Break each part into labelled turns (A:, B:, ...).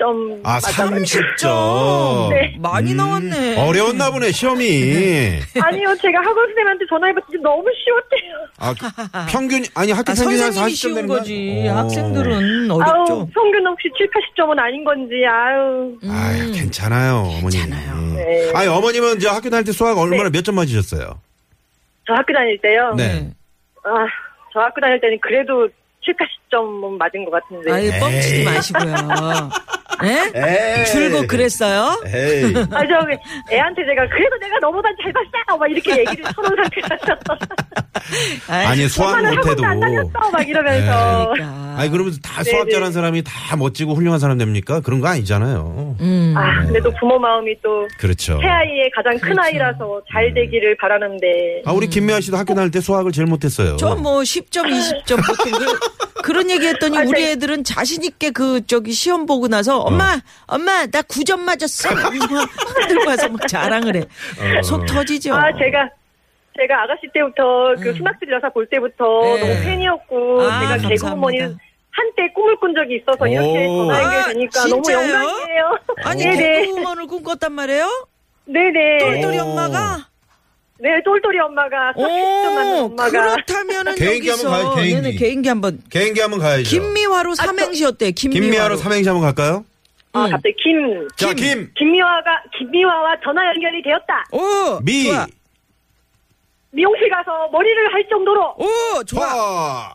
A: 30점
B: 아, 30점.
A: 네.
C: 많이 나왔네.
B: 어려웠나 보네, 시험이.
A: 아니요 제가 학원 선생님한테 전화해봤더니 너무 쉬웠대요
B: 아, 평균, 아니, 학교
C: 아,
B: 평균이 한
C: 선생님이
B: 40점
C: 쉬운
B: 되는 거야? 어.
C: 거지.
B: 오.
C: 학생들은
A: 아우
C: 어렵죠.
A: 평균 혹시 7, 80점은 아닌 건지 아유
C: 음.
B: 아유, 괜찮아요, 어머님. 음.
A: 네.
B: 아니, 어머님은 이제 학교 다닐 때 수학
C: 네.
B: 얼마나 몇 점 맞으셨어요?
A: 저 학교 다닐 때요
B: 네.
A: 아, 저 학교 다닐 때는 그래도 7, 80점은 맞은 것 같은데
C: 아유,
B: 네.
C: 뻥치지 마시고요. 예?
B: 에이.
C: 줄곧 그랬어요?
B: 네. 에이.
A: 아, 저 애한테 제가 그래도 내가 너보다 잘 봤어 막 이렇게 얘기를 서로 상태에서
C: 아이,
B: 아니, 수학
A: 엄마는
B: 못해도. 네.
A: 학원도 안 다녔어 막 이러면서
C: 그러니까.
B: 아니, 그러면서 다 수학 잘하는 사람이 다 멋지고 훌륭한 사람 됩니까? 그런 거 아니잖아요.
C: 음.
A: 아 근데 또 부모 마음이 또
B: 그렇죠.
A: 새아이의 가장 큰 아이라서 잘 되기를 바라는데
B: 아, 우리 김미아 씨도 학교 다닐 때 수학을 제일 못했어요.
C: 저 뭐 10점, 20점 보통 그, 그런 얘기
A: 아,
C: 했더니
A: 네.
C: 우리 애들은 자신 있게 그 저기 시험 보고 나서
B: 어.
C: 엄마, 엄마 나 9점 맞았어. 들고 와서 막 자랑을 해.
B: 어.
C: 속 터지죠. 음.
A: 아 제가 제가 아가씨 때부터 그 수학들 여사 볼 때부터
C: 네.
A: 너무 팬이었고
C: 아,
A: 제가
C: 감사합니다.
A: 개그우먼이 한때 꿈을 꾼 적이 있어서 이렇게
B: 오.
A: 전화
C: 아,
A: 연결되니까 너무
C: 진짜요?
A: 영광이에요
C: 아니
A: 네네
C: 개그우먼을 꿈꿨단 말이에요?
A: 네네
C: 똘똘이
B: 오.
C: 엄마가?
A: 네 똘똘이 엄마가 수학 10점 맞는
C: 오,
A: 엄마가
C: 그렇다면은
B: 개인기
C: 여기서
B: 한번 가요, 개인기.
C: 네네, 개인기 한번
B: 개인기 한번 가야죠.
C: 김미화로 삼행시 어때? 김미화로.
B: 김미아로 삼행시 한번 갈까요?
A: 아
C: 응.
A: 갑자기 김
B: 자, 김,
A: 김미화가 김미화와 전화 연결이 되었다.
C: 오,
B: 미,
C: 좋아.
A: 미용실 가서 머리를 할 정도로
C: 오,
B: 화.
C: 좋아.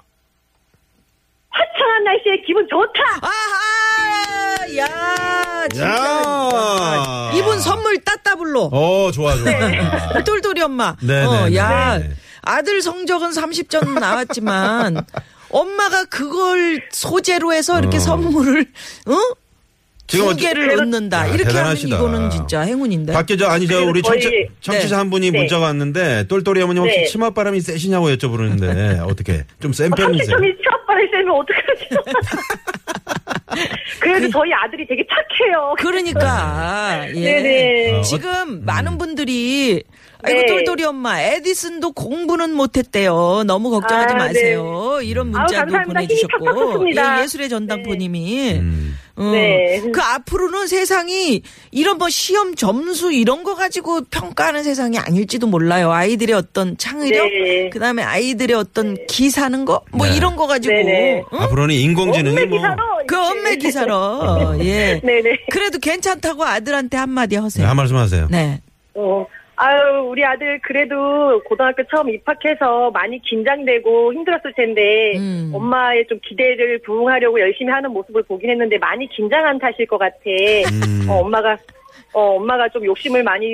A: 화창한 날씨에 기분 좋다.
C: 아하! 야, 진짜.
B: 야.
C: 이분 선물 따따블로.
B: 어, 좋아, 좋아.
C: 네.
B: 좋아.
C: 똘똘이 엄마.
B: 네,
C: 어,
B: 네,
C: 야,
B: 네, 네.
C: 아들 성적은 30점 나왔지만 엄마가 그걸 소재로 해서 이렇게
B: 어.
C: 선물을 어?
B: 지금
C: 두
B: 어째-
C: 개를 얻는다.
B: 야,
C: 이렇게
B: 대단하시다.
C: 하면 이거는 진짜 행운인데.
B: 밖에 저 아니 저 우리
A: 거의-
B: 청취, 청취자 한 분이
A: 네.
B: 문자가 왔는데 똘똘이 어머님 혹시
A: 네.
B: 치마 바람이 세시냐고
C: 네.
B: 여쭤보는데 어떻게 좀
C: 아,
B: 센 편이세요?
A: 30점이 첫발을 쐬면 어떡하죠? 그래도 저희 아들이 되게 착해요.
C: 그러니까 예.
A: 네네.
B: 어,
C: 지금 많은 분들이 아이고
A: 네.
C: 똘똘이 엄마 에디슨도 공부는 못했대요. 너무 걱정하지
A: 아,
C: 마세요. 이런
A: 아우,
C: 문자도
A: 감사합니다. 힘이 팍팍
C: 보내주셨고
A: 컸습니다.
C: 예, 예술의 전당포님이
B: 음.
C: 어,
A: 네.
C: 그 앞으로는 세상이 이런 뭐 시험 점수 이런 거 가지고 평가하는 세상이 아닐지도 몰라요. 아이들의 어떤 창의력,
A: 네.
C: 그다음에 아이들의 어떤 기사는 거 뭐
B: 네.
C: 이런 거 가지고
A: 네네. 네.
C: 응?
B: 앞으로는 인공지능이
A: 엄매
B: 뭐
A: 기사로.
C: 그 엄매 기사로 예.
A: 네네.
C: 그래도 괜찮다고 아들한테 한마디
B: 네,
C: 하세요.
B: 한 말씀 하세요.
C: 네.
A: 어. 아유 우리 아들 그래도 고등학교 처음 입학해서 많이 긴장되고 힘들었을 텐데
C: 음.
A: 엄마의 좀 기대를 부응하려고 열심히 하는 모습을 보긴 했는데 많이 긴장한 탓일 것 같아.
B: 음.
A: 어, 엄마가 어, 엄마가 좀 욕심을 많이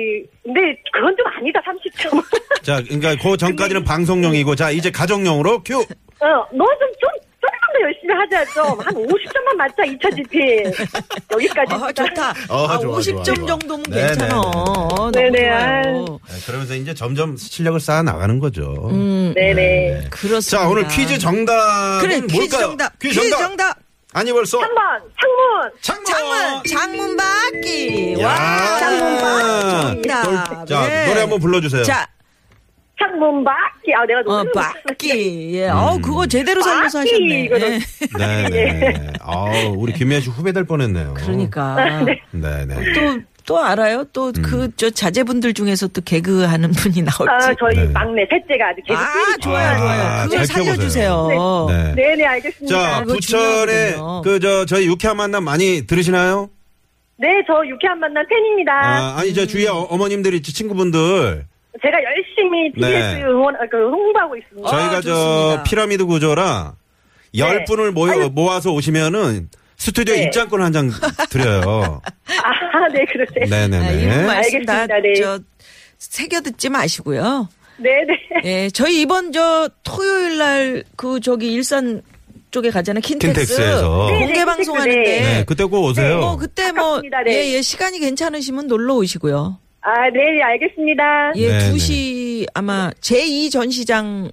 A: 근데 그건 좀 아니다 30점. 어,
B: 자, 그러니까 그 전까지는 방송용이고 자,
C: 네.
B: 이제 가정용으로 큐.
A: 어, 너 좀 좀 조금 더 열심히 하자 좀 한 50점만 맞자 2차 GP 여기까지.
C: 아, 좋다.
B: 어,
C: 아,
B: 좋아,
C: 50점
B: 좋아, 좋아.
C: 정도면
B: 네네네.
C: 괜찮아. 너무
A: 네네,
C: 좋아요.
B: 네, 그러면서 이제 점점 실력을 쌓아 나가는 거죠.
C: 음,
A: 네네.
C: 그렇습니다.
B: 자, 오늘 퀴즈 정답은
C: 그래,
B: 뭘까요?
C: 퀴즈 정답. 퀴즈 정답.
B: 아니 벌써
A: 3번 창문.
B: 창문.
C: 장문, 장문 밖이.
B: 어. 야.
C: 와, 장문 밖 정답.
B: 자,
C: 네.
B: 노래 한번 불러 주세요.
C: 자,
A: 창문 밖이 아 내가
C: 어,
A: 너무
C: 밖이.
B: 음.
C: 예. 어, 그거 제대로 살려서
A: 바퀴,
C: 하셨네.
A: 이거는.
C: 예.
B: 네, 네. 아, 우리 김미아 씨 후배 될 뻔했네요.
C: 그러니까.
B: 네, 네.
C: 또 또 알아요? 또
B: 음.
C: 그 저 자제분들 중에서 또 개그하는 분이
A: 아,
C: 나올지.
A: 저희
B: 네.
A: 막내 셋째가 아직 계속
C: 아,
A: 아,
C: 좋아요,
B: 아,
C: 좋아요.
B: 잘
C: 그걸 살려주세요.
B: 네.
A: 네네 알겠습니다.
B: 자,
C: 그거
B: 부천에
C: 중요하거든요.
B: 그 저 저희 유쾌한 만남 많이 들으시나요?
A: 네, 저 유쾌한 만남 팬입니다.
B: 아, 아니 저 주위에 어, 머님들이 친구분들
A: 제가 열심히 TBS
B: 네.
A: 응원 아, 그 홍보하고 있습니다.
B: 저희가 저
C: 아, 좋습니다.
B: 피라미드 구조라 열
A: 네.
B: 분을 모여 모아서 오시면은 스튜디오
A: 네.
B: 입장권 한 장 드려요.
A: 아, 네, 그러세요.
B: 네, 네,
C: 아, 이분
B: 네.
C: 말씀 다
A: 알겠습니다. 네.
C: 저 새겨 듣지 마시고요.
A: 네, 네.
C: 예, 저희 이번 저 토요일 날 그 저기 일산 쪽에 가잖아요. 킨텍스.
B: 킨텍스에서. 네,
A: 네,
C: 공개
A: 킨텍스,
C: 방송하는데.
A: 네.
B: 네, 그때 꼭 오세요.
C: 뭐 그때 뭐
A: 가깝습니다. 네.
C: 예, 예, 시간이 괜찮으시면 놀러 오시고요.
A: 아, 네, 알겠습니다.
C: 예,
B: 네,
C: 2시 아마 제2 전시장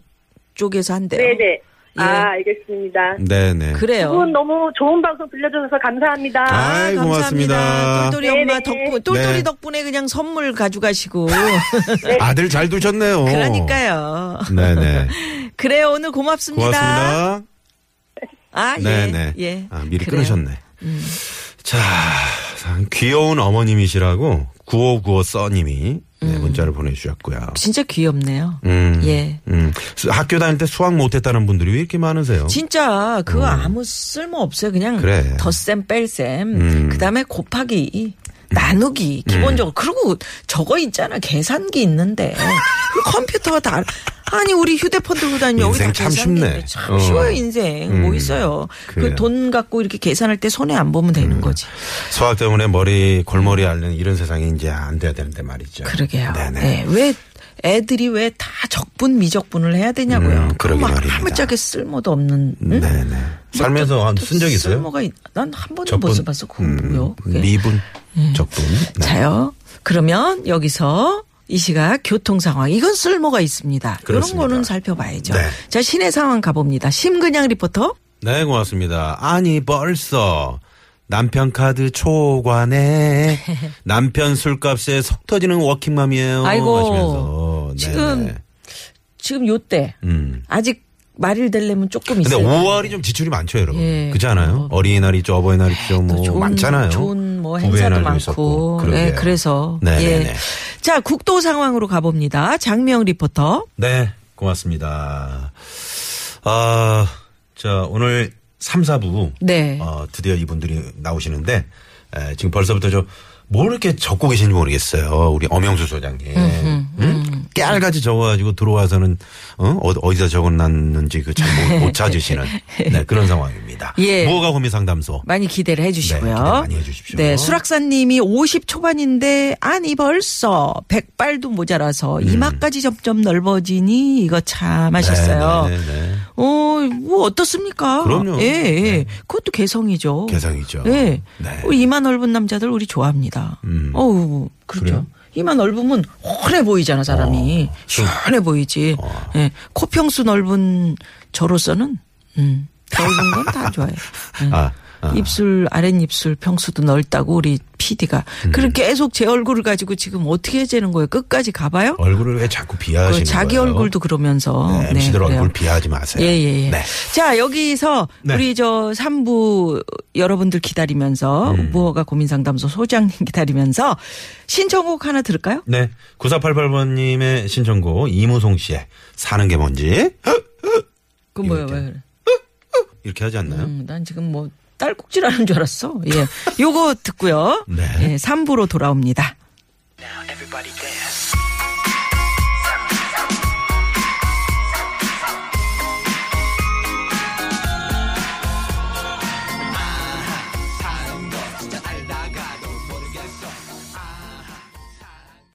C: 쪽에서 한대요.
A: 네, 네. 아,
C: 예.
A: 알겠습니다.
B: 네, 네.
C: 그래요.
A: 두 분 너무 좋은 방송 들려주셔서 감사합니다.
B: 아, 아이, 고맙습니다.
C: 감사합니다. 똘똘이
A: 네네.
C: 엄마 덕분, 똘똘이
B: 네.
C: 덕분에 그냥 선물 가져가시고.
B: 아들 잘 두셨네요.
C: 그러니까요.
B: 네, 네.
C: 그래요. 오늘 고맙습니다.
B: 고맙습니다.
C: 아, 예.
B: 네, 네.
C: 예.
B: 아, 미리
C: 그래요. 음.
B: 끊으셨네. 자, 참 귀여운 어머님이시라고 9595 써님이 네, 문자를 보내주셨고요.
C: 진짜 귀엽네요.
B: 음,
C: 음. 예.
B: 음. 수- 학교 다닐 때 수학 못했다는 분들이 왜 이렇게 많으세요?
C: 진짜 그거 아무 쓸모 없어요. 그냥
B: 음. 그래.
C: 덧셈 뺄셈
B: 음.
C: 그다음에 곱하기 나누기 기본적으로 그리고 저거 있잖아 계산기 있는데 그 컴퓨터가 다 알아. 아니 우리 휴대폰 들고 다니면 여기 다
B: 인생 참
C: 계산기
B: 쉽네.
C: 있는데 참
B: 어.
C: 쉬워요 인생 뭐
B: 음.
C: 있어요
B: 그래요. 음.
C: 그 돈 갖고 이렇게 계산할 때 손에 안 보면 되는 거지
B: 수학 때문에 머리 골머리 앓는 이런 세상이 이제 안 돼야 되는데 말이죠.
C: 그러게요
B: 네네.
C: 네, 왜 애들이 왜 다 적분 미적분을 해야 되냐고요
B: 음, 그러게
C: 막
B: 말입니다.
C: 아무짝에 쓸모도 없는 응?
B: 네네. 살면서 한 쓴 적 있어요?
C: 음?
B: 음,
C: 쓸모가 난한 번도 못 써봤어. 그거 뭐요? 그게. 예.
B: 미분, 적분. 네.
C: 자요. 그러면 여기서 이 시각 교통 상황. 이건 쓸모가 있습니다. 이런
B: 그렇습니다.
C: 거는 살펴봐야죠.
B: 네.
C: 자, 시내 상황 가봅니다. 심근양 리포터.
B: 네, 고맙습니다. 아니, 벌써 남편 카드 초과네. 남편 술값에 속 터지는 워킹맘이에요.
C: 아이고,
B: 하시면서. 네네.
C: 지금- 지금 요때
B: 음.
C: 아직 말일 되려면 조금
B: 근데
C: 있어요.
B: 5월이 좀 지출이 많죠, 여러분.
C: 예.
B: 그렇지 않아요? 어린이날이 있죠, 어버이날이 있죠,
C: 또
B: 뭐 많잖아요.
C: 음, 좋은 뭐
B: 부부의
C: 행사도
B: 날도
C: 많고.
B: 있었고,
C: 예,
B: 그러게요.
C: 그래서
B: 네네네.
C: 예. 자, 국도 상황으로 가봅니다. 장명 리포터.
B: 네, 고맙습니다. 아, 자, 오늘 3, 4부.
C: 네.
B: 어, 드디어 이분들이 나오시는데, 에, 지금 벌써부터 저, 뭘 이렇게 적고 계신지 모르겠어요. 우리 엄영수 소장님.
C: 음,
B: 응? 깨알같이 적어가지고 들어와서는, 어? 어- 어디다 적어놨는지 그 잘 못 찾으시는 네, 그런 상황입니다.
C: 예.
B: 무허가 고민 상담소.
C: 많이 기대를 해주시고요.
B: 네, 기대 많이 해주십시오.
C: 네, 수락사님이 50 초반인데 아니 벌써 백발도 모자라서
B: 음.
C: 이마까지 점점 넓어지니 이거 참 하셨어요.
B: 네, 네, 네.
C: 어, 뭐 어떻습니까?
B: 그럼요.
C: 예, 예.
B: 네.
C: 그것도 개성이죠.
B: 개성이죠.
C: 예.
B: 네.
C: 우리 이마 넓은 남자들 우리 좋아합니다.
B: 음.
C: 어우, 그렇죠.
B: 그래요?
C: 이마 넓으면 훤해 보이잖아 사람이
B: 어.
C: 시원해 보이지. 예, 코평수 넓은 저로서는 음, 넓은 건 다 좋아요. 예.
B: 아, 아.
C: 입술 아랫입술 평수도 넓다고 우리 PD가
B: 음.
C: 그렇게 계속 제 얼굴을 가지고 지금 어떻게 해재는 거예요? 끝까지 가봐요?
B: 얼굴을 왜 자꾸
C: 그
B: 어, 뭐 비하하시는
C: 자기
B: 거예요?
C: 얼굴도 그러면서
B: 네, MC들
C: 그래요.
B: 얼굴 비하하지 마세요.
C: 예, 예, 예.
B: 네.
C: 자, 여기서
B: 네.
C: 우리 저 3부 여러분들 기다리면서
B: 음.
C: 무허가 고민 상담소 소장님 기다리면서 신청곡 하나 들을까요?
B: 네. 9488번님의 신청곡 이무송 씨의 사는 게 뭔지
C: 그 뭐야, 왜
B: 이럴 때.
C: 그래?
B: 이렇게 하지 않나요?
C: 음, 난 지금 뭐 딸꾹질 하는 줄 알았어. 예. 요거 듣고요.
B: 네.
C: 예, 3부로 돌아옵니다.
D: Now everybody dance.